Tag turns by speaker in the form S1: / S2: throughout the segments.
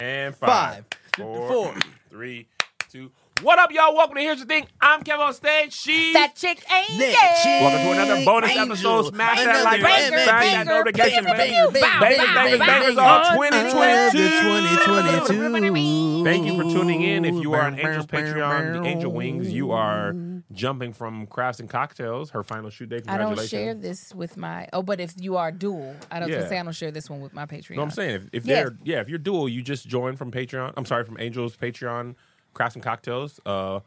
S1: And
S2: Five,
S1: five,
S2: four.
S1: four, three, two. What up, y'all? Welcome to Here's the Thing. I'm Kev on stage. She.
S3: That chick ain't
S2: That
S3: dead.
S2: chick
S1: Welcome to another bonus
S2: Angel.
S1: episode. Smash
S2: Another
S1: that like button.
S2: banger,
S1: Smash that
S3: banger,
S1: notification
S3: banger,
S1: bell. Bangers, bangers, bangers all
S2: Love the
S1: 2022.
S2: 2022.
S1: Thank you for tuning in. If you are an Angel's Patreon, the Angel Wings, you are jumping from Crafts and Cocktails, her final shoot day.
S3: I
S1: Congratulations.
S3: don't share this with my. Oh, but if you are dual, I don't
S1: Yeah.
S3: say I don't share this one with my Patreon.
S1: No, I'm saying if, if
S3: Yeah.
S1: they're yeah, if you're dual, you just join from Patreon. I'm sorry, from Angels Patreon, Crafts and Cocktails, uh,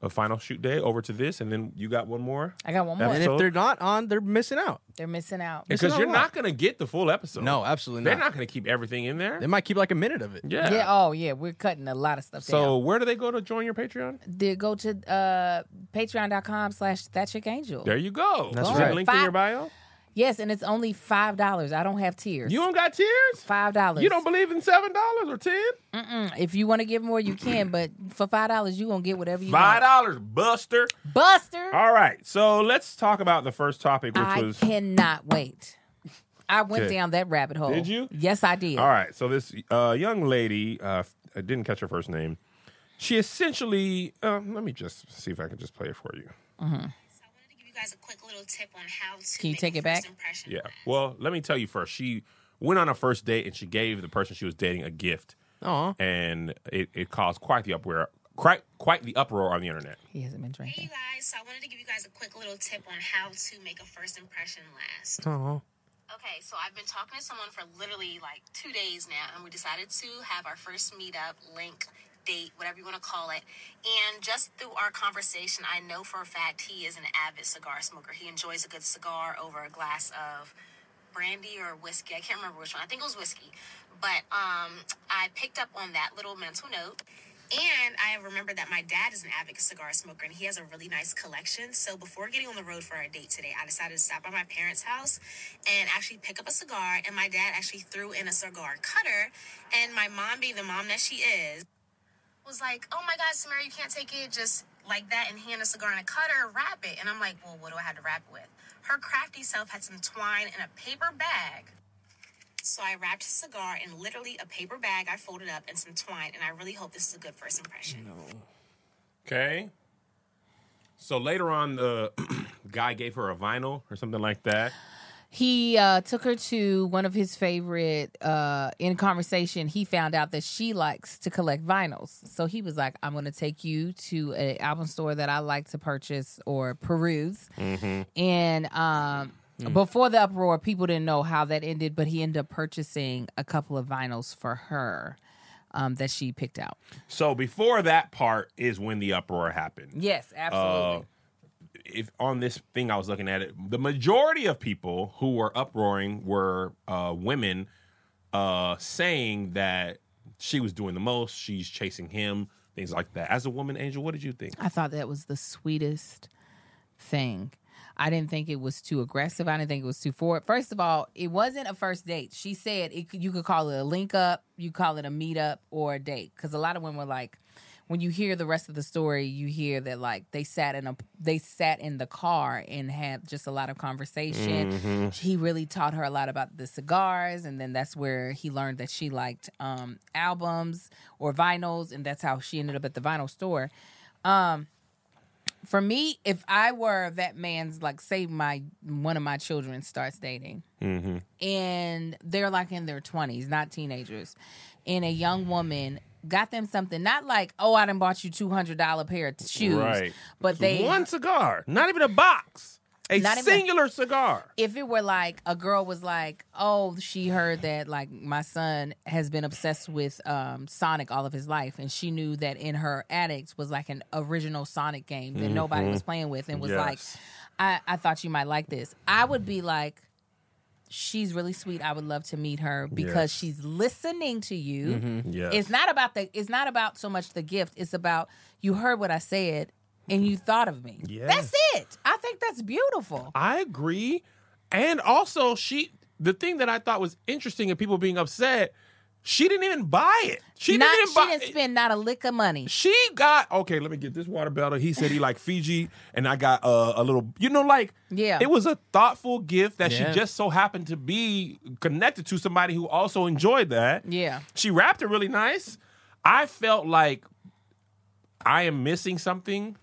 S1: a final shoot day over to this, and then you got one more.
S3: I got one more.
S2: And
S1: Episode.
S2: if they're not on, they're missing out.
S3: They're missing out.
S1: Because
S2: not
S1: you're
S2: a lot.
S1: not gonna get the full episode.
S2: No, absolutely
S1: they're
S2: not.
S1: not gonna keep everything in there.
S2: They might keep like a minute of it.
S1: Yeah.
S3: Yeah. Oh, yeah. We're cutting a lot of stuff
S1: so
S3: down.
S1: where do they go to join your Patreon?
S3: They go to uh, patreon.com slash that chick angel.
S1: There you go.
S2: That's
S1: Is
S2: right.
S1: it linked in
S3: Fi-
S1: your bio?
S3: Yes, and it's only five dollars. I don't have tiers.
S1: You don't got tears.
S3: five dollars. Mm,
S1: You don't believe in seven dollars or ten?
S3: If you want to give more, you can. But for five dollars, you gonna get whatever you
S1: Five
S3: want.
S1: dollars, Buster.
S3: Buster,
S1: All right. So let's talk about the first topic, which
S3: I
S1: was
S3: cannot wait. I went
S1: Okay.
S3: down that rabbit hole.
S1: Did you?
S3: Yes, I did.
S1: All right. So this uh, young lady, uh, I didn't catch her first name. She essentially, um, let me just see if I can just play it for you.
S4: So I wanted to give you guys a quick little tip on how to
S3: Can you
S4: make
S3: take
S4: a
S3: it back?
S4: first impression.
S1: Yeah. Well, let me tell you first. She went on a first date and she gave the person she was dating a gift,
S2: Aw.
S1: and it, it caused quite the uproar, quite quite the uproar on the internet.
S3: He hasn't been
S4: Hey you
S3: drinking.
S4: guys, so I wanted to give you guys a quick little tip on how to make a first impression last.
S2: Aw.
S4: Okay, so I've been talking to someone for literally like two days now, and we decided to have our first meetup, link, date, whatever you want to call it. And just through our conversation, I know for a fact he is an avid cigar smoker. He enjoys a good cigar over a glass of brandy or whiskey. I can't remember which one. I think it was whiskey. But um, I picked up on that little mental note. And I remember that my dad is an avid cigar smoker and he has a really nice collection. So before getting on the road for our date today, I decided to stop by my parents' house and actually pick up a cigar. And my dad actually threw in a cigar cutter. And my mom, being the mom that she is, was like, "Oh my God, Samara, you can't take it just like that and hand a cigar and a cutter, wrap it." And I'm like, "Well, what do I have to wrap it with?" Her crafty self had some twine in a paper bag. So I wrapped a cigar in literally a paper bag I folded up and some twine, and I really hope this is a good first impression.
S1: Okay. So later on, the guy gave her a vinyl or something like that.
S3: He uh, took her to one of his favorite. Uh, in conversation, he found out that she likes to collect vinyls. So he was like, "I'm going to take you to an album store that I like to purchase or peruse." And um, before the uproar, people didn't know how that ended, but he ended up purchasing a couple of vinyls for her um, that she picked out.
S1: So before that part is when the uproar happened.
S3: Yes,
S1: Uh,
S3: absolutely.
S1: if on this thing I was looking at it, the majority of people who were uproaring were uh, women uh, saying that she was doing the most, she's chasing him, things like that. As a woman, Angel, what did you think?
S3: I thought that was the sweetest thing. I didn't think it was too aggressive. I didn't think it was too forward. First of all, it wasn't a first date. She said it, could- you could call it a link up, you call it a meet up or a date. Because a lot of women were like, when you hear the rest of the story, you hear that like they sat in a they sat in the car and had just a lot of conversation. He really taught her a lot about the cigars, and then that's where he learned that she liked um, albums or vinyls, and that's how she ended up at the vinyl store for me, if I were that man's, like, say my one of my children starts dating, and they're like in their twenties, not teenagers, and a young woman got them something, not like, oh, I done bought you two hundred dollar pair of shoes,
S1: Right.
S3: But they
S1: One cigar, not even a box, a
S3: Not even-
S1: singular cigar.
S3: if it were like a girl was like, oh, she heard that like my son has been obsessed with um, Sonic all of his life, and she knew that in her attic was like an original Sonic game that nobody was playing with, and was like,
S1: Mm-hmm. Yes.
S3: I, I thought you might like this. I would be like, she's really sweet. I would love to meet her because
S1: Yes. Mm-hmm.
S3: she's listening to you.
S1: Yes.
S3: It's not about the. It's not about so much the gift. It's about you heard what I said and you thought of me. That's it. I think that's beautiful.
S1: I agree. And also, she the thing that I thought was interesting and people being upset She didn't even buy it. She
S3: not,
S1: didn't even
S3: she
S1: buy
S3: didn't spend not a lick of money.
S1: She got okay. Let me get this water bottle. He said he liked Fiji, and I got uh, a little. You know, like
S3: Yeah.
S1: it was a thoughtful gift that
S2: Yeah.
S1: she just so happened to be connected to somebody who also enjoyed that.
S3: Yeah.
S1: she wrapped it really nice. I felt like I am missing something.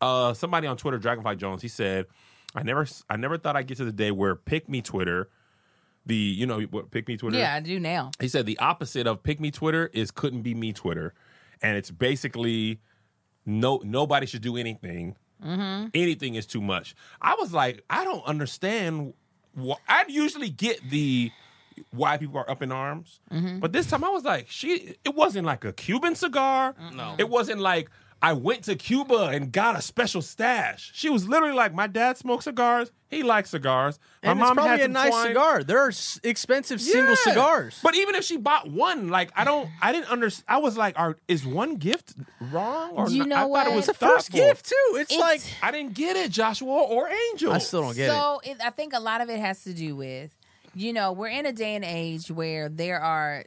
S1: Uh, somebody on Twitter, Dragonfly Jones, he said, "I never, I never thought I'd get to the day where pick me Twitter, the you know what pick me Twitter,
S3: Yeah, I do now.
S1: he said the opposite of pick me Twitter is couldn't be me Twitter, and it's basically no nobody should do anything. Anything is too much. I was like, I don't understand. Wh- I'd usually get the why people are up in arms, but this time I was like, she. It wasn't like a Cuban cigar.
S5: No.
S1: it wasn't like. I went to Cuba and got a special stash. She was literally like, "My dad smokes cigars. He likes cigars. My
S2: And
S1: mom
S2: it's probably
S1: had
S2: a
S1: some
S2: nice
S1: twine.
S2: cigar. There are s- expensive single
S1: Yeah.
S2: cigars.
S1: But even if she bought one, like I don't, I didn't understand. I was like, "Are is one gift wrong?" Or
S3: You
S1: not?
S3: know
S1: I thought
S3: what?
S1: it was
S3: It's a
S2: first
S1: thoughtful.
S2: gift too. It's,
S3: It's-
S2: like
S1: I didn't get it, Joshua or Angel.
S2: I still don't get it.
S3: so I think a lot of it has to do with, you know, we're in a day and age where there are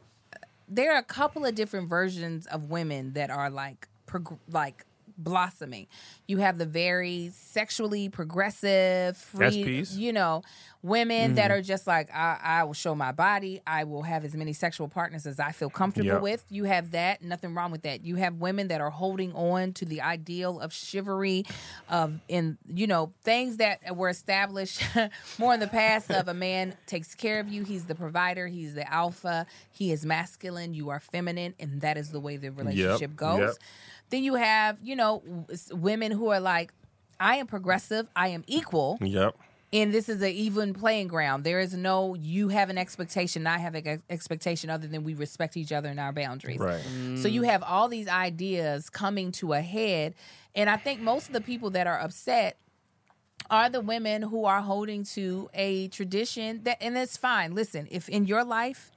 S3: there are a couple of different versions of women that are like prog- like blossoming. You have the very sexually progressive, free,
S1: piece.
S3: you know, women that
S1: Mm-hmm.
S3: are just like I, I will show my body. I will have as many sexual partners as I feel comfortable
S1: Yep.
S3: with. You have that, nothing wrong with that. You have women that are holding on to the ideal of chivalry, of in you know things that were established more in the past of a man takes care of you. He's the provider. He's the alpha. He is masculine. You are feminine, and that is the way the relationship goes.
S1: yep.
S3: Then you have you know w- s- women who are like. I am progressive. I am equal
S1: Yep.
S3: and this is an even playing ground. There is no you have an expectation, I have an ex- expectation, other than we respect each other and our boundaries.
S1: Right.
S3: So you have all these ideas coming to a head, and I think most of the people that are upset are the women who are holding to a tradition that, and that's fine. Listen, if in your life.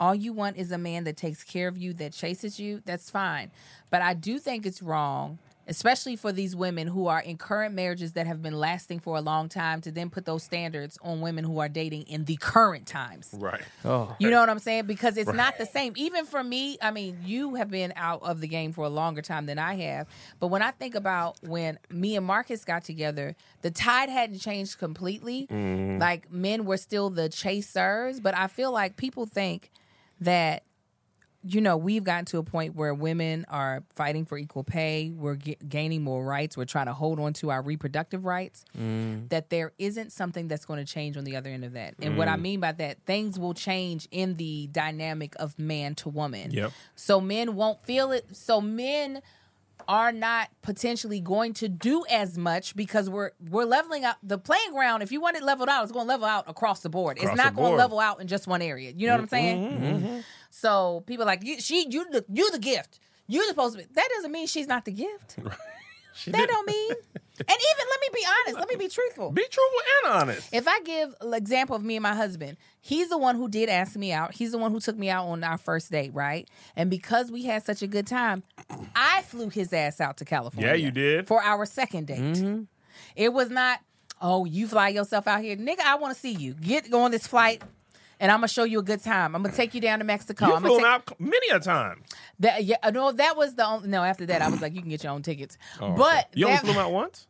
S3: All you want is a man that takes care of you, that chases you, that's fine. But I do think it's wrong, especially for these women who are in current marriages that have been lasting for a long time, to then put those standards on women who are dating in the current times.
S1: Right.
S2: oh,
S3: You know what I'm saying? Because it's not the same. Even for me, I mean, you have been out of the game for a longer time than I have. But when I think about when me and Marcus got together, the tide hadn't changed completely. Like men were still the chasers, but I feel like people think that you know, we've gotten to a point where women are fighting for equal pay. We're g- gaining more rights. We're trying to hold on to our reproductive rights.
S1: Mm.
S3: That there isn't something that's going to change on the other end of that. And what I
S1: Mm.
S3: mean by that, things will change in the dynamic of man to woman.
S1: Yep.
S3: So men won't feel it. So men are not potentially going to do as much because we're we're leveling out the playing ground. If you want it leveled out, it's going to level out across the board.
S1: Across
S3: it's
S1: the
S3: not going
S1: board.
S3: to
S1: Mm-hmm.
S3: level out in just one area. You know what I'm saying? So people are like you, she, you, the, you the gift. You supposed to be. That doesn't mean she's not the gift. that don't mean. And even let me be honest. Let me be truthful.
S1: Be truthful and honest.
S3: If I give an example of me and my husband, he's the one who did ask me out. He's the one who took me out on our first date, right? And because we had such a good time, I flew his ass out to California.
S1: Yeah, you did. Mm-hmm.
S3: For our second date. It was not, oh, you fly yourself out here. Nigga, I want to see you. Get go on this flight. And I'm gonna show you a good time. I'm gonna take you down to Mexico.
S1: you
S3: I'm
S1: flew
S3: gonna
S1: him
S3: take,
S1: out many a time.
S3: That, yeah, uh, no, that was the only. No, after that, I was like, you can get your own tickets. but
S1: Oh, You only
S3: that-
S1: flew him out once.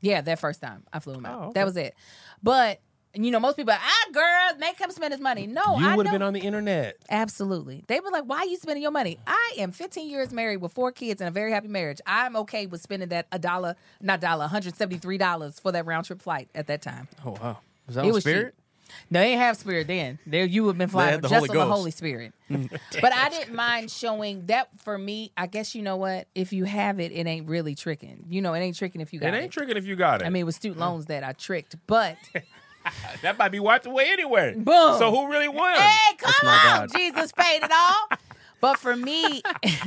S3: yeah, that first time I flew him out.
S1: Oh, okay.
S3: That was it. But you know, most people, are, ah, girl, make him spend his money. No, I
S1: you
S3: know.
S1: would have been on the internet.
S3: Absolutely, they were like, "Why are you spending your money?" I am 15 years married with four kids and a very happy marriage. I'm okay with spending that a dollar, not dollar, 173 dollars for that round trip flight at that time.
S2: oh wow, was that
S3: It
S2: on
S3: was
S2: Spirit?
S3: cheap. No, they didn't have spirit then. There you would have been flying
S2: had the
S3: just
S2: Holy
S3: on the
S2: Ghost.
S3: Holy Spirit. but I didn't mind showing that for me. I guess you know what? If you have it, it ain't really tricking. You know, it ain't tricking if you
S1: It
S3: got it.
S1: ain't tricking if you got it.
S3: I mean, it was student loans that I tricked, but
S1: that might be wiped away anyway.
S3: Boom.
S1: So who really won?
S3: hey, come
S2: my
S3: on,
S2: God.
S3: Jesus paid it all. But for me,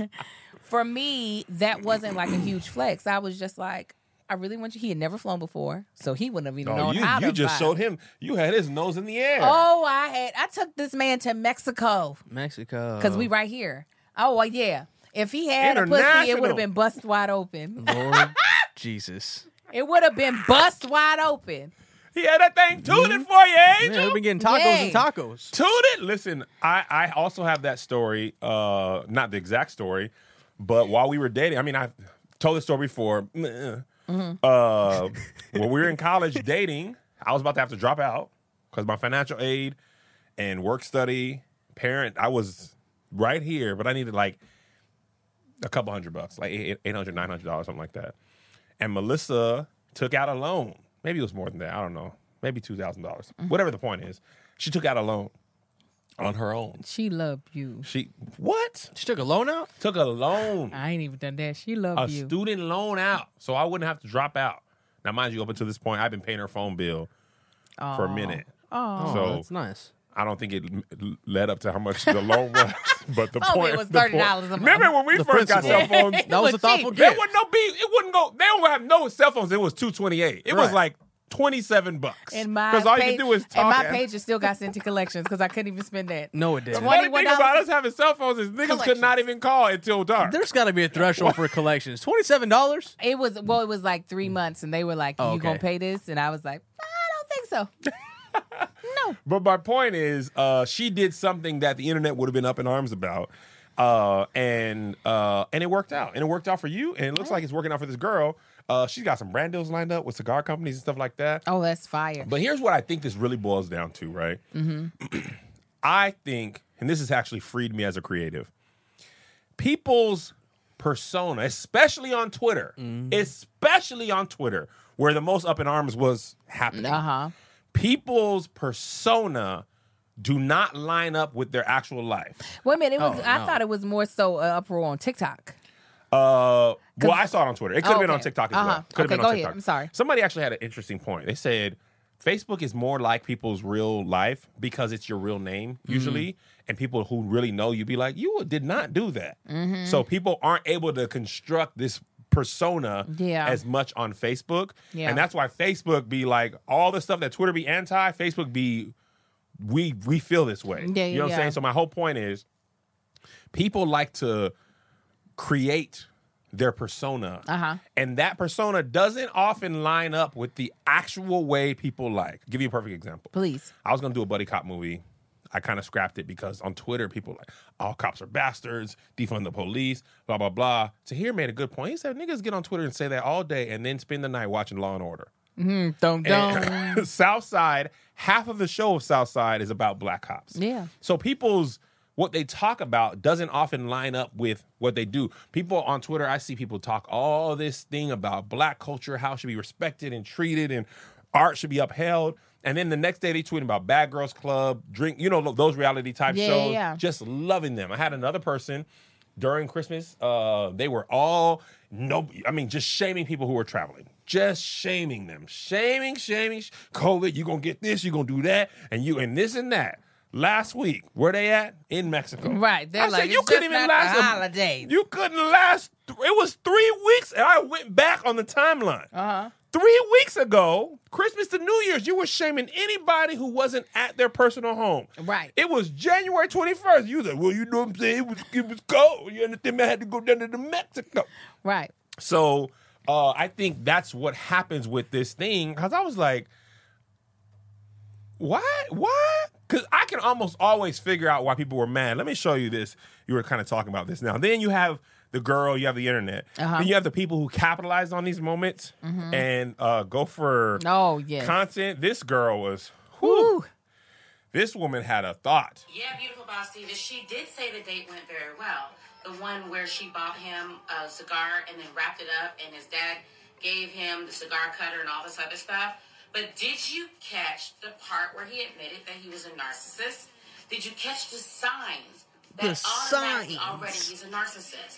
S3: for me, that wasn't like a huge flex. I was just like, I really want you. He had never flown before, so he wouldn't have even
S1: Oh,
S3: known
S1: you
S3: how
S1: you
S3: to
S1: just
S3: fly.
S1: showed him. You had his nose in the air.
S3: Oh, I had. I took this man to Mexico.
S2: Mexico.
S3: because
S1: Uh-huh.
S3: we right here. Oh well, yeah. If he had a pussy, it
S1: International.
S3: would have been bust wide open.
S2: Lord Jesus.
S3: It would have been bust wide open.
S1: Yeah, that thing tooted it for you,
S2: Yeah,
S1: Angel.
S2: we've been getting tacos
S3: Yay.
S2: and tacos.
S1: Toot it. Listen, I, I also have that story. Uh, not the exact story, but while we were dating, I mean, I told this story before. Uh, when we were in college dating, I was about to have to drop out because my financial aid and work study parent, I was right here, but I needed like a couple hundred bucks, like eight- 800 900 dollars, something like that. And Melissa took out a loan. Maybe it was more than that. I don't know. Maybe two thousand dollars. Whatever the point is, she took out a loan on her own.
S3: She loved you.
S1: She what?
S2: She took a loan out.
S1: Took a loan,
S3: I ain't even done that. She
S1: a
S3: loved Ah, you.
S1: student loan out, so I wouldn't have to drop out. Now, mind you, up until this point, I've been paying her phone bill for a minute.
S3: Oh.
S2: Oh,
S1: So-
S2: that's nice.
S1: I don't think it l- led up to how much the loan was, but the
S3: Oh,
S1: point
S3: it was
S1: the point-
S3: $30 a month.
S1: Remember when we
S2: The
S1: first got
S2: principal.
S1: cell phones?
S2: That was a
S3: was
S2: thoughtful
S3: cheap.
S1: There
S2: gift.
S1: wouldn't no be. It wouldn't go. They don't have no cell phones. It was two twenty eight. It was
S2: Right.
S1: like twenty seven bucks.
S3: And my
S1: because all you
S3: page-
S1: can do is
S3: and
S1: talk.
S3: my pages still got sent to collections because I couldn't even spend that.
S2: No, it didn't.
S1: The funny thing
S3: $21
S1: about us having cell phones is niggas could not even call until dark.
S2: There's got to be a threshold for collections. Twenty seven dollars.
S3: It was well, it was like
S1: Mm.
S3: three months, and they were like, "You
S2: Oh,
S3: gonna
S2: okay.
S3: pay this?" And I was like, "I don't think so."
S1: But my point is, uh, she did something that the internet would have been up in arms about, uh, and uh, and it worked out, and it worked out for you, and it looks like it's working out for this girl. Uh, she's got some brand deals lined up with cigar companies and stuff like that.
S3: Oh, that's fire.
S1: But here's what I think this really boils down to, right? I think, and this has actually freed me as a creative, people's persona, especially on Twitter, especially on Twitter, where the most up in arms was happening,
S3: Uh huh.
S1: people's persona do not line up with their actual life.
S3: Wait a minute. It was.
S2: Oh,
S3: I
S2: no.
S3: thought it was more so uh, uproar on TikTok.
S1: Uh, well, I saw it on Twitter. It could have
S3: Oh,
S1: been on
S3: okay.
S1: TikTok as
S3: Uh-huh.
S1: well. Could have
S3: Okay,
S1: been
S3: go
S1: on
S3: ahead.
S1: TikTok.
S3: I'm sorry.
S1: Somebody actually had an interesting point. They said Facebook is more like people's real life because it's your real name
S3: Mm-hmm.
S1: usually, and people who really know you be like, "You did not do that."
S3: Mm-hmm.
S1: So people aren't able to construct this persona
S3: Yeah.
S1: as much on Facebook,
S3: Yeah.
S1: and that's why Facebook be like all the stuff that Twitter be anti. Facebook be we we feel this way.
S3: Yeah,
S1: you know what
S3: yeah.
S1: I'm saying. So my whole point is, people like to create their persona.
S3: Uh-huh.
S1: And that persona doesn't often line up with the actual way people like. give you a perfect example.
S3: Please.
S1: I was gonna do a buddy cop movie. I kind of scrapped it because on Twitter people were like all cops are bastards, defund the police, blah blah blah. Tahir made a good point. He said niggas get on Twitter and say that all day and then spend the night watching Law and Order.
S3: Don't don't.
S1: And Southside, half of the show of Southside is about black cops.
S3: Yeah.
S1: So people's what they talk about doesn't often line up with what they do. People on Twitter, I see people talk all this thing about black culture, how it should be respected and treated, and art should be upheld. And then the next day they tweet about Bad Girls Club, drink, you know, lo- those reality type
S3: Yeah, yeah,
S1: shows.
S3: yeah.
S1: Just loving them. I had another person during Christmas, uh, they were all no, I mean, just shaming people who were traveling, just shaming them, shaming, shaming. sh- COVID, you gonna get this, you gonna do that, and you and this and that. Last week, where they at in Mexico?
S3: Right, they're
S1: I said,
S3: like,
S1: you
S3: "It's
S1: couldn't
S3: just
S1: even
S3: not
S1: last
S3: the
S1: a-
S3: holidays."
S1: You couldn't last. It was three weeks, and I went back on the timeline. Uh-huh. Three weeks ago, Christmas to New Year's, you were shaming anybody who wasn't at their personal home.
S3: Right.
S1: It was January 21st. You was like, well, you know what I'm saying? It was, it was cold. You understand? me? I had to go down to the Mexico.
S3: Right.
S1: So uh, I think that's what happens with this thing. Because I was like, why? Why? Because I can almost always figure out why people were mad. Let me show you this. You were kind of talking about this now. Then you have the girl, you have the internet.
S3: Uh-huh.
S1: Then you have the people who capitalize on these moments and uh, go for
S3: Oh yes.
S1: content. This girl was, whew,
S3: Woo.
S1: this woman had a thought.
S6: Yeah, beautiful boss Steve. She did say the date went very well. The one where she bought him a cigar and then wrapped it up, and his dad gave him the cigar cutter and all this other stuff. But did you catch the part where he admitted that he was a narcissist? Did you catch the signs that
S2: The
S6: automatically
S2: signs.
S6: already he's a narcissist?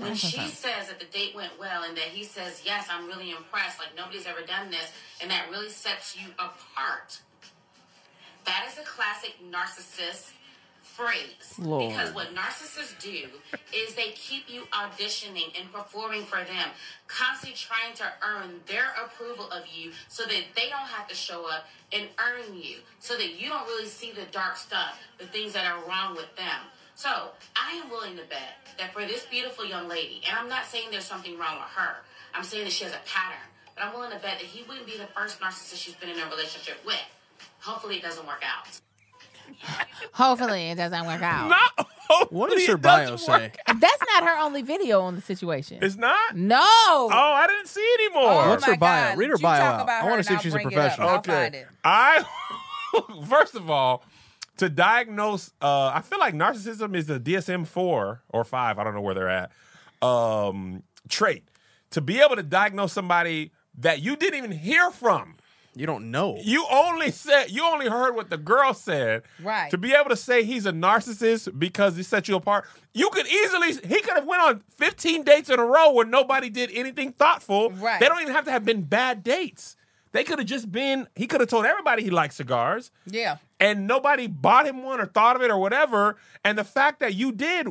S6: When she says that the date went well and that he says, Yes, I'm really impressed, like nobody's ever done this, and that really sets you apart. That is a classic narcissist phrase.
S3: Lord.
S6: Because what narcissists do is they keep you auditioning and performing for them, constantly trying to earn their approval of you so that they don't have to show up and earn you, so that you don't really see the dark stuff, the things that are wrong with them. So I am willing to bet that for this beautiful young lady, and I'm not saying there's something wrong with her, I'm saying that she has a pattern But I'm willing to bet that he wouldn't be the first narcissist she's been in a relationship with. Hopefully, it doesn't work out.
S3: Hopefully, it doesn't work out.
S2: What
S1: Hopefully
S2: does her
S1: it doesn't
S2: bio
S1: work.
S2: say?
S3: That's not her only video on the situation.
S1: It's not.
S3: no.
S1: Oh, I didn't see anymore.
S3: Oh
S2: What's
S3: my
S2: her bio?
S3: God.
S2: Read her
S3: You
S2: bio
S3: talk
S2: out.
S3: about
S2: I
S3: her
S2: wanna
S3: and
S2: see if
S3: I'll
S2: she's a
S3: bring it up.
S2: professional.
S3: I'll
S1: okay.
S3: find it.
S1: I first of all, to diagnose, uh, I feel like narcissism is a DSM four or five. I don't know where they're at. Um, trait to be able to diagnose somebody that you didn't even hear from.
S2: You don't know.
S1: You only said you only heard what the girl said.
S3: Right.
S1: To be able to say he's a narcissist because he set you apart, you could easily he could have went on 15 dates in a row where nobody did anything thoughtful.
S3: Right.
S1: They don't even have to have been bad dates. They could have just been he could have told everybody he likes cigars
S3: Yeah.
S1: and nobody bought him one or thought of it or whatever. And the fact that you did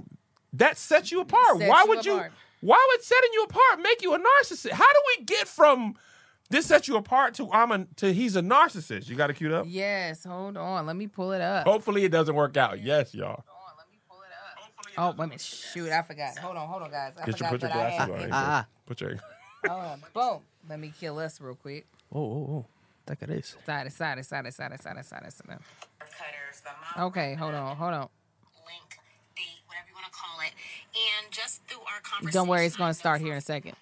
S1: that set you apart.
S3: Set
S1: why
S3: you
S1: would
S3: apart.
S1: you? Why would setting you apart make you a narcissist? How do we get from this set you apart to I'm a, to he's a narcissist? You got to cue up.
S3: Yes. Hold on. Let me pull it up.
S1: Hopefully it doesn't work out. Yes, y'all.
S3: Oh, wait a minute. Shoot, I forgot. Hold on, hold on, guys. I
S1: Get your
S3: forgot
S1: put your
S3: that I had
S1: glasses on.
S3: it.
S2: Ah.
S1: Put your.
S3: Hold on. Boom. Let me kill us real quick.
S2: Oh, oh, oh. That it is.
S3: Side to side to side to side to side to side to side.
S6: Cutters, the mom
S3: Okay, hold on, hold on.
S6: link, date, whatever you want to call it. And just through our conversation.
S3: Don't worry, it's
S6: I
S3: gonna
S6: know
S3: start
S6: for
S3: here in a second.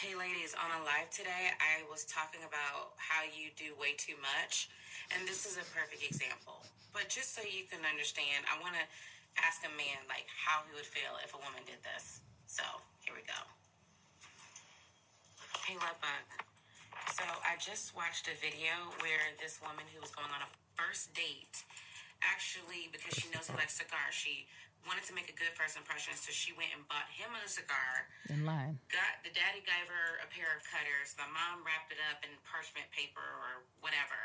S6: Hey, ladies, on a live today, I was talking about how you do way too much, and this is a perfect example. But just so you can understand, I want to ask a man like how he would feel if a woman did this. So here we go. Hey, love bug. So I just watched a video where this woman who was going on a first date, actually because she knows he likes cigars, she wanted to make a good first impression, so she went and bought him a cigar
S3: In line.
S6: got the daddy gave her a pair of cutters. My mom wrapped it up in parchment paper or whatever.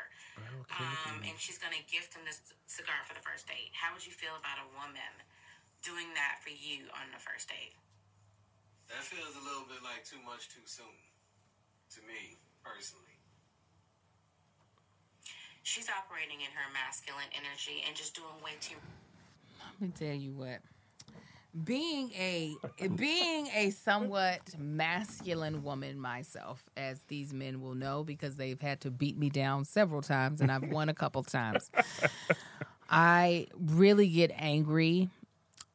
S6: Um, and she's gonna gift him this cigar for the first date. How would you feel about a woman doing that for you on the first date?
S5: That feels a little bit like too much too soon. To me, personally.
S6: She's operating in her masculine energy and just doing way too
S3: Let me tell you what. Being a being a somewhat masculine woman myself, as these men will know, because they've had to beat me down several times and I've won a couple times. I really get angry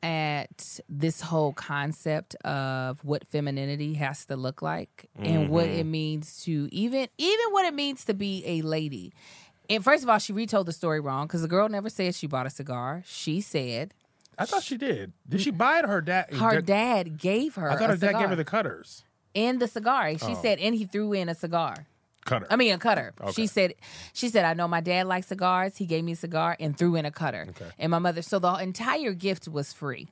S3: at this whole concept of what femininity has to look like and what it means to even even what it means to be a lady. And first of all, she retold the story wrong because the girl never said she bought a cigar. She said
S1: I thought she did. Did she buy it? Or her dad.
S3: her dad gave her.
S1: I thought
S3: a
S1: her dad
S3: cigar.
S1: gave her the Oh. cutters.
S3: and the cigar. She said, and he threw in a cigar.
S1: Cutter.
S3: I mean, a cutter.
S1: Okay.
S3: She said, she said, I know my dad likes cigars. He gave me a cigar and threw in a cutter. And my mother, so the entire gift was free.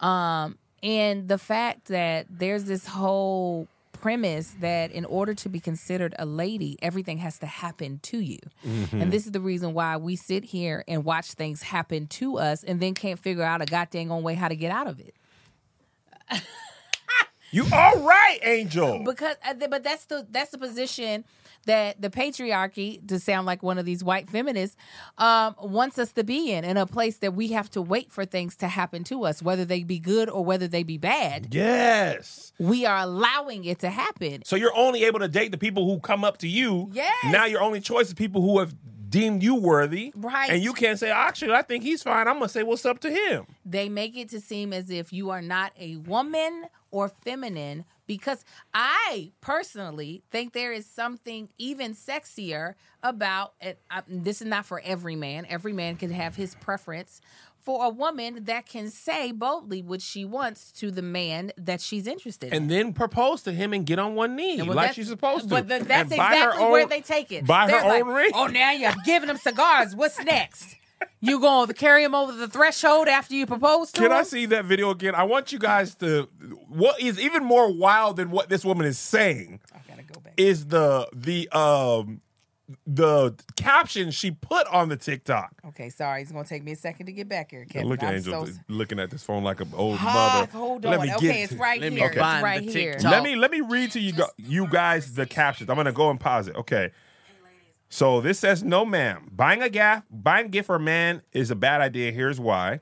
S3: Um, and the fact that there's this whole premise that in order to be considered a lady, everything has to happen to you.
S1: Mm-hmm.
S3: And this is the reason why we sit here and watch things happen to us and then can't figure out a goddamn on way how to get out of it.
S1: you all right, Angel?
S3: because uh, th- but that's the that's the position that the patriarchy to sound like one of these white feminists um, wants us to be in in a place that we have to wait for things to happen to us whether they be good or whether they be bad
S1: yes.
S3: we are allowing it to happen
S1: So you're only able to date the people who come up to you.
S3: Yes.
S1: Now your only choice is people who have deemed you worthy.
S3: Right.
S1: And you can't say, actually, I think he's fine. I'm gonna say what's up to him.
S3: they make it to seem as if you are not a woman or feminine because I personally think there is something even sexier about it. I, this is not for every man. Every man can have his preference for a woman that can say boldly what she wants to the man that she's interested in.
S1: And then propose to him and get on one knee
S3: And well,
S1: like
S3: that's-
S1: she's supposed to.
S3: But th-
S1: And
S3: that's
S1: buy her
S3: exactly where
S1: own-
S3: they take it.
S1: buy her
S3: They're like,
S1: own ring.
S3: Oh, now you're giving them cigars. What's next? You going to carry them over the threshold after you propose to
S1: Can I
S3: him?
S1: see that video again? I want you guys to. What is even more wild than what this woman is saying
S3: I gotta go back.
S1: is the the um the caption she put on the TikTok.
S3: Okay, sorry. It's gonna take me a second to get back here, Kevin.
S1: Look at
S3: I'm
S1: Angel
S3: so
S1: looking at this phone like an old
S3: Hawk,
S1: mother.
S3: hold
S1: Let
S3: on.
S1: me get
S3: Okay, it's
S1: to-
S3: right
S2: Let me
S3: here. It's
S2: find the
S3: right here.
S2: TikTok.
S1: Let me let me read to you gu- you guys the captions. I'm gonna go and pause it. Okay. So this says no, ma'am. Buying a gaff, buying a gift for a man is a bad idea. Here's why.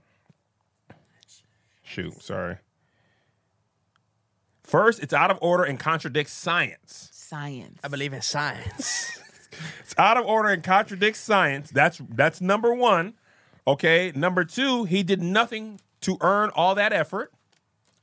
S1: Shoot, sorry. First, it's out of order and contradicts science.
S3: Science.
S2: I believe in science.
S1: It's out of order and contradicts science. That's that's number one. Okay. Number two, he did nothing to earn all that effort.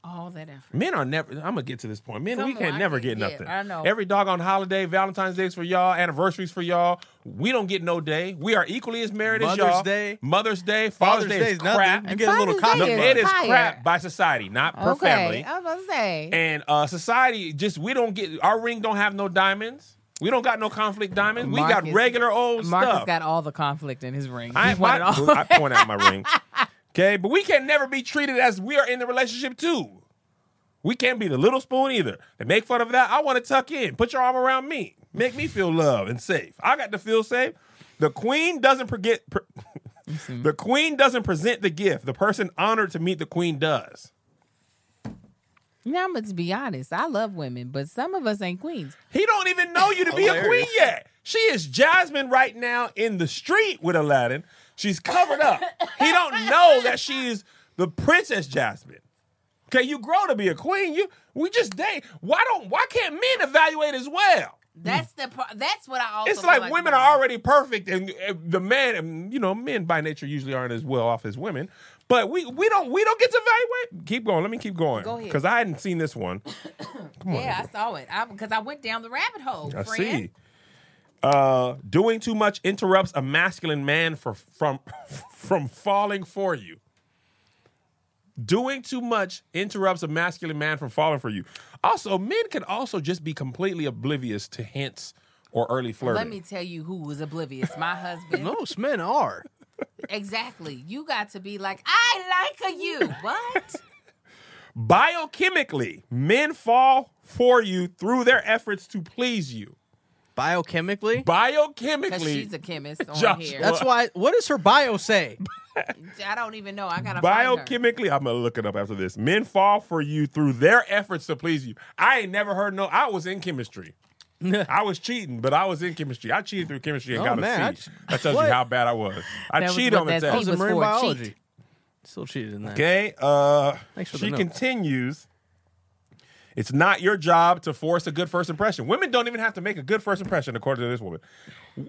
S3: all that effort.
S1: Men are never. I'm gonna get to this point. Men, we
S3: Come
S1: can
S3: on,
S1: never
S3: I
S1: get
S3: can- yeah,
S1: nothing.
S3: I know.
S1: Every dog on holiday, Valentine's Day's for y'all, anniversaries for y'all. We don't get no day. We are equally as married as
S2: Mother's
S1: y'all.
S2: Day.
S1: Mother's Day, Father's, Day, is crap.
S2: You get a little
S3: Father's
S1: No,
S3: Day
S2: copy.
S3: is
S1: it is
S3: fire.
S1: crap by society, not per
S3: okay.
S1: family.
S3: I was about to say.
S1: And uh, society just we don't get our ring don't have no diamonds. We don't got no conflict diamonds. we got
S3: Marcus-
S1: regular old
S3: Marcus
S1: stuff.
S3: got all the conflict in his ring.
S1: I,
S3: He wanted
S1: my-
S3: all-
S1: I point out my ring. Okay, but we can never be treated as we are in the relationship too. We can't be the little spoon either. They make fun of that. I want to tuck in. Put your arm around me. Make me feel loved and safe. I got to feel safe. The queen doesn't forget. Pre- the queen doesn't present the gift. The person honored to meet the queen does.
S3: Now, but to be honest, I love women, but some of us ain't queens.
S1: He don't even know you to be a queen
S2: Hilarious.
S1: yet. She is Jasmine right now in the street with Aladdin. She's covered up. he don't know that she is the princess Jasmine. Okay, you grow to be a queen. You we just date. Why don't why can't men evaluate as well?
S3: That's the. pro- That's what I also.
S1: It's
S3: feel
S1: like, women are already perfect, and uh, the man, and, you know, men by nature usually aren't as well off as women. But we we don't we don't get to evaluate. Keep going. Let me keep going
S3: Go ahead.
S1: because I hadn't seen this one.
S3: Yeah, I saw it because I, went down the rabbit hole.
S1: I
S3: friend.
S1: see. Uh, doing too much interrupts a masculine man for, from from falling for you. Doing too much interrupts a masculine man from falling for you. Also, men can also just be completely oblivious to hints or early flirting.
S3: Let me tell you who was oblivious. My husband.
S2: Most men are.
S3: Exactly. You got to be like, I like a you. What?
S1: Biochemically, men fall for you through their efforts to please you.
S2: Biochemically?
S3: Because
S1: Biochemically,
S3: she's a chemist on
S1: Joshua.
S3: here.
S2: That's why. What does her bio say?
S3: I don't even know. I gotta find her.
S1: Biochemically, I'm gonna look it up after this. Men fall for you through their efforts to please you. I ain't never heard no. I was in chemistry. I was cheating, but I was in chemistry. I cheated through chemistry and
S2: Oh,
S1: got a
S2: man,
S1: C.
S2: I-
S1: That tells you
S2: what?
S1: how bad I was. I
S3: That was
S1: cheated
S3: what
S1: on the
S3: that
S1: test.
S3: C was for, cheat.
S2: Still cheated in that.
S1: Okay. Uh,
S2: Thanks for the
S1: she
S2: note.
S1: continues. It's not your job to force a good first impression. Women don't even have to make a good first impression, according to this woman.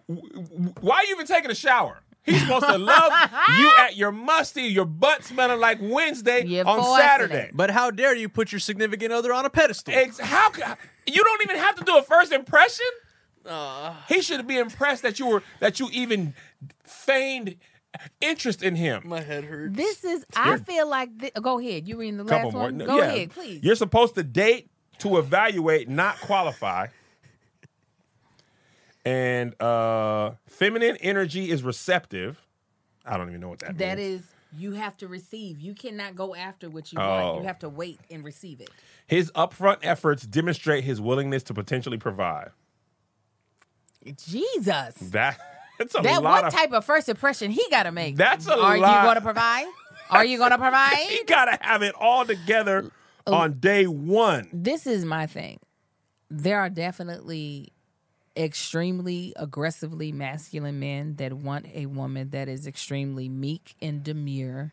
S1: W- w- Why are you even taking a shower? He's supposed to love you at your musty, your butt smelling like Wednesday
S3: You're
S1: on
S3: forcing
S1: Saturday.
S2: But how dare you put your significant other on a pedestal?
S1: Ex- how ca- you don't even have to do a first impression? he should be impressed that you were that you even feigned interest in him.
S2: My head hurts.
S3: This is. I feel like. Thi- go ahead. You reading the
S1: couple
S3: last
S1: more.
S3: one?
S1: No,
S3: Go
S1: yeah.
S3: ahead, please.
S1: You're supposed to date to evaluate, not qualify. and uh feminine energy is receptive. I don't even know what that,
S3: That
S1: means.
S3: is. You have to receive. You cannot go after what you
S1: Oh.
S3: want. You have to wait and receive it.
S1: His upfront efforts demonstrate his willingness to potentially provide.
S3: Jesus.
S1: That that's a
S3: That
S1: lot
S3: what
S1: of
S3: type of first impression he got to make?
S1: That's a
S3: Are
S1: lot.
S3: you going to provide? Are you going to
S1: he
S3: provide?
S1: gotta have it all together
S3: Oh.
S1: on day one.
S3: This is my thing. There are definitely extremely aggressively masculine men that want a woman that is extremely meek and demure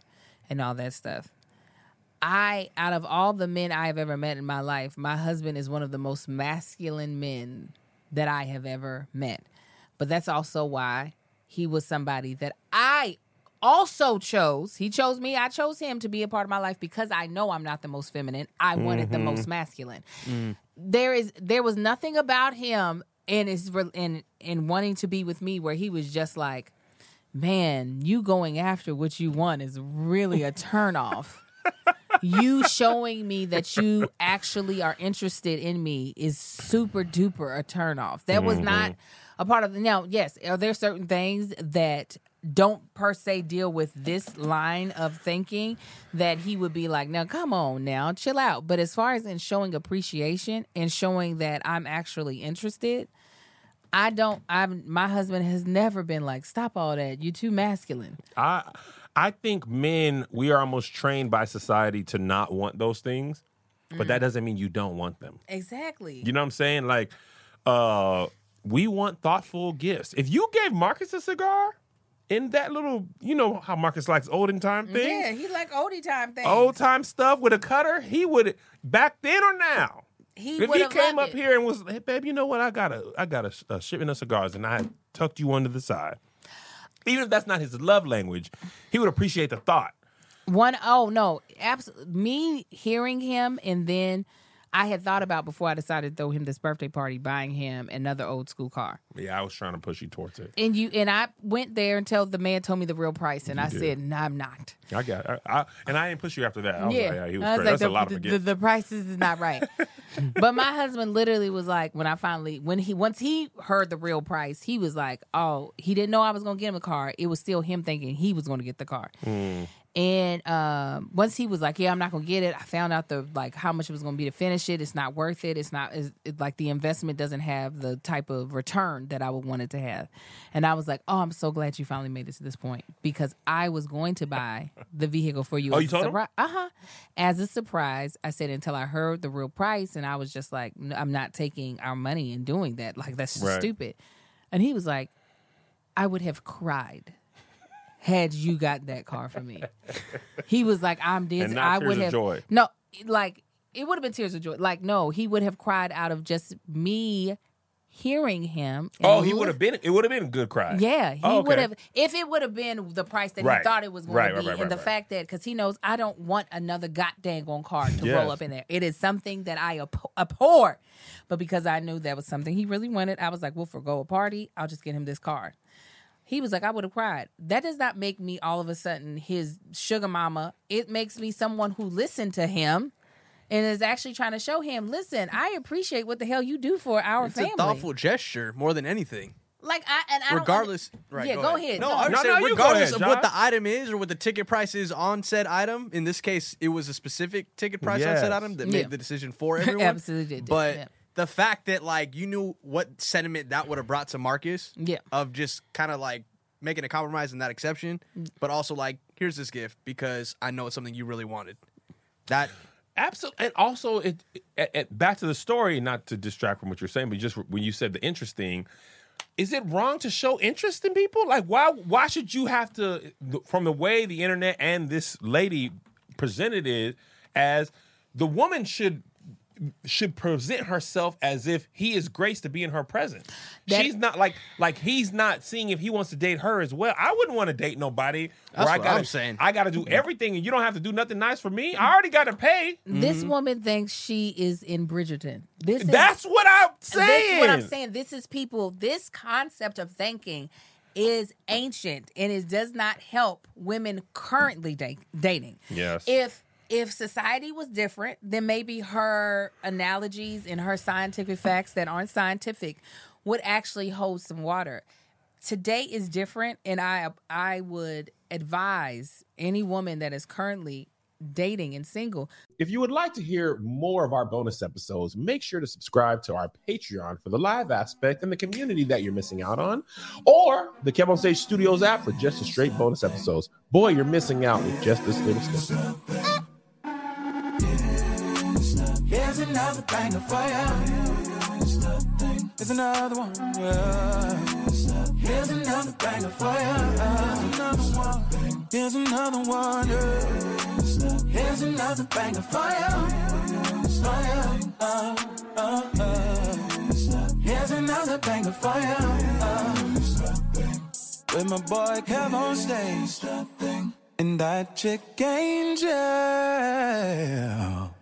S3: and all that stuff. I, out of all the men I have ever met in my life, my husband is one of the most masculine men that I have ever met. But that's also why he was somebody that I also chose. He chose me, I chose him to be a part of my life because I know I'm not the most feminine. I wanted the most masculine. There is there was nothing about him in his re- in in wanting to be with me where he was just like, "Man, you going after what you want is really a turnoff." you showing me that you actually are interested in me is super duper a turnoff. That
S1: Mm-hmm.
S3: was not a part of the now. Yes, are there certain things that don't per se deal with this line of thinking that he would be like, now come on now, chill out. But as far as in showing appreciation and showing that I'm actually interested, I don't I'm my husband has never been like, stop all that. You're too masculine.
S1: I I think men we are almost trained by society to not want those things, but
S3: Mm.
S1: that doesn't mean you don't want them.
S3: Exactly.
S1: You know what I'm saying? Like, uh, we want thoughtful gifts. If you gave Marcus a cigar, in that little, you know how Marcus likes olden time thing,
S3: Yeah, he like oldie time things.
S1: old time stuff with a cutter. He would back then or now.
S3: He
S1: If he
S3: would've
S1: came up
S3: loved it.
S1: here and was, hey babe, you know what? I got a, I got a, a shipment of cigars, and I tucked you under the side. Even if that's not his love language, he would appreciate the thought.
S3: One oh no, absolutely. Me hearing him and then I had thought about before I decided to throw him this birthday party, buying him another old school car.
S1: Yeah, I was trying to push you towards it.
S3: And you and I went there until the man told me the real price, and I
S1: did.
S3: said, "No, I'm not."
S1: I got, I, I, and I didn't push you after that. I was like, yeah, he was
S3: I
S1: crazy.
S3: was
S1: That's
S3: the,
S1: a lot of a
S3: the,
S1: gift.
S3: the prices is not right. but my husband literally was like, when I finally, when he once he heard the real price, he was like, oh, he didn't know I was gonna get him a car. It was still him thinking he was gonna get the car.
S1: Hmm.
S3: And um, once he was like, yeah, I'm not gonna get it. I found out the like how much it was gonna be to finish it. It's not worth it. It's not it's, it, like the investment doesn't have the type of return that I would want it to have. And I was like, oh, I'm so glad you finally made it to this point because I was going to buy the vehicle for you.
S1: Oh, you told him?
S3: Uh huh. As a surprise, I said until I heard the real price, and I was just like, "No, I'm not taking our money and doing that. Like that's just
S1: Right.
S3: stupid. And he was like, I would have cried had you got that car for me. he was like, I'm dead.
S1: And
S3: I
S1: not
S3: would
S1: tears of
S3: have
S1: joy.
S3: no like it would have been tears of joy. Like no, he would have cried out of just me hearing him. and
S1: oh, he
S3: look-
S1: would have been. It would have been a good cry.
S3: yeah, he
S1: Oh, okay.
S3: would have if it would have been the price that
S1: Right.
S3: he thought it was going
S1: Right,
S3: to
S1: right,
S3: be,
S1: right, right,
S3: and the
S1: right.
S3: fact that because he knows I don't want another goddamn on card to
S1: Yes.
S3: roll up in there. It is something that I abhor, abhor, but because I knew that was something he really wanted, I was like, "We'll forego a party. I'll just get him this card." He was like, "I would have cried." That does not make me all of a sudden his sugar mama. It makes me someone who listened to him. And is actually trying to show him, listen, I appreciate what the hell you do for our
S2: It's
S3: family.
S2: a thoughtful gesture more than anything.
S3: like I and I don't-
S2: regardless, right?
S3: Yeah, go ahead.
S2: No,
S3: No,
S2: I would
S1: no,
S2: say
S1: no, you go
S2: regardless
S1: ahead,
S2: of what
S1: Josh.
S2: the item is or what the ticket price is on said item. In this case, it was a specific ticket price on
S1: Yes.
S2: said item that made
S3: Yeah.
S2: the decision for everyone.
S3: Absolutely did,
S2: but
S3: yeah.
S2: the fact that like you knew what sentiment that would have brought to Marcus,
S3: Yeah.
S2: of just kind of like making a compromise and that exception,
S3: Mm.
S2: but also like here's this gift because I know it's something you really wanted. That
S1: Absolutely, and also it, it, it- back to the story. Not to distract from what you're saying, but just when you said the interesting, is it wrong to show interest in people? Like, why? Why should you have to? From the way the internet and this lady presented it as, the woman should should present herself as if he is graced to be in her presence.
S3: That-
S1: She's not like like he's not seeing if he wants to date her as well. I wouldn't want to date nobody.
S2: That's
S1: where I
S2: what
S1: gotta,
S2: I'm saying.
S1: I got to do everything, and you don't have to do nothing nice for me. I already got to pay.
S3: This woman thinks she is in Bridgerton. This is
S1: Mm-hmm. That's what I'm
S3: this
S1: saying.
S3: is what I'm saying. This is people. This concept of thinking is ancient and it does not help women currently da- dating.
S1: Yes.
S3: If if society was different, then maybe her analogies and her scientific facts that aren't scientific would actually hold some water. Today is different and I I would advise any woman that is currently dating and single
S1: If you would like to hear more of our bonus episodes, make sure to subscribe to our Patreon for the live aspect and the community that you're missing out on, or the Kev on Stage Studios app for just the straight bonus episodes. Boy, you're missing out with just this little snippet.
S7: Here's another banger for ya. There's another one. Yeah. Here's another banger for ya. Here's another one. Yeah. Here's another banger for ya. For ya. Uh, uh, uh. Here's another banger for ya. Uh. With my boy Kev on stage. And that chick Angel.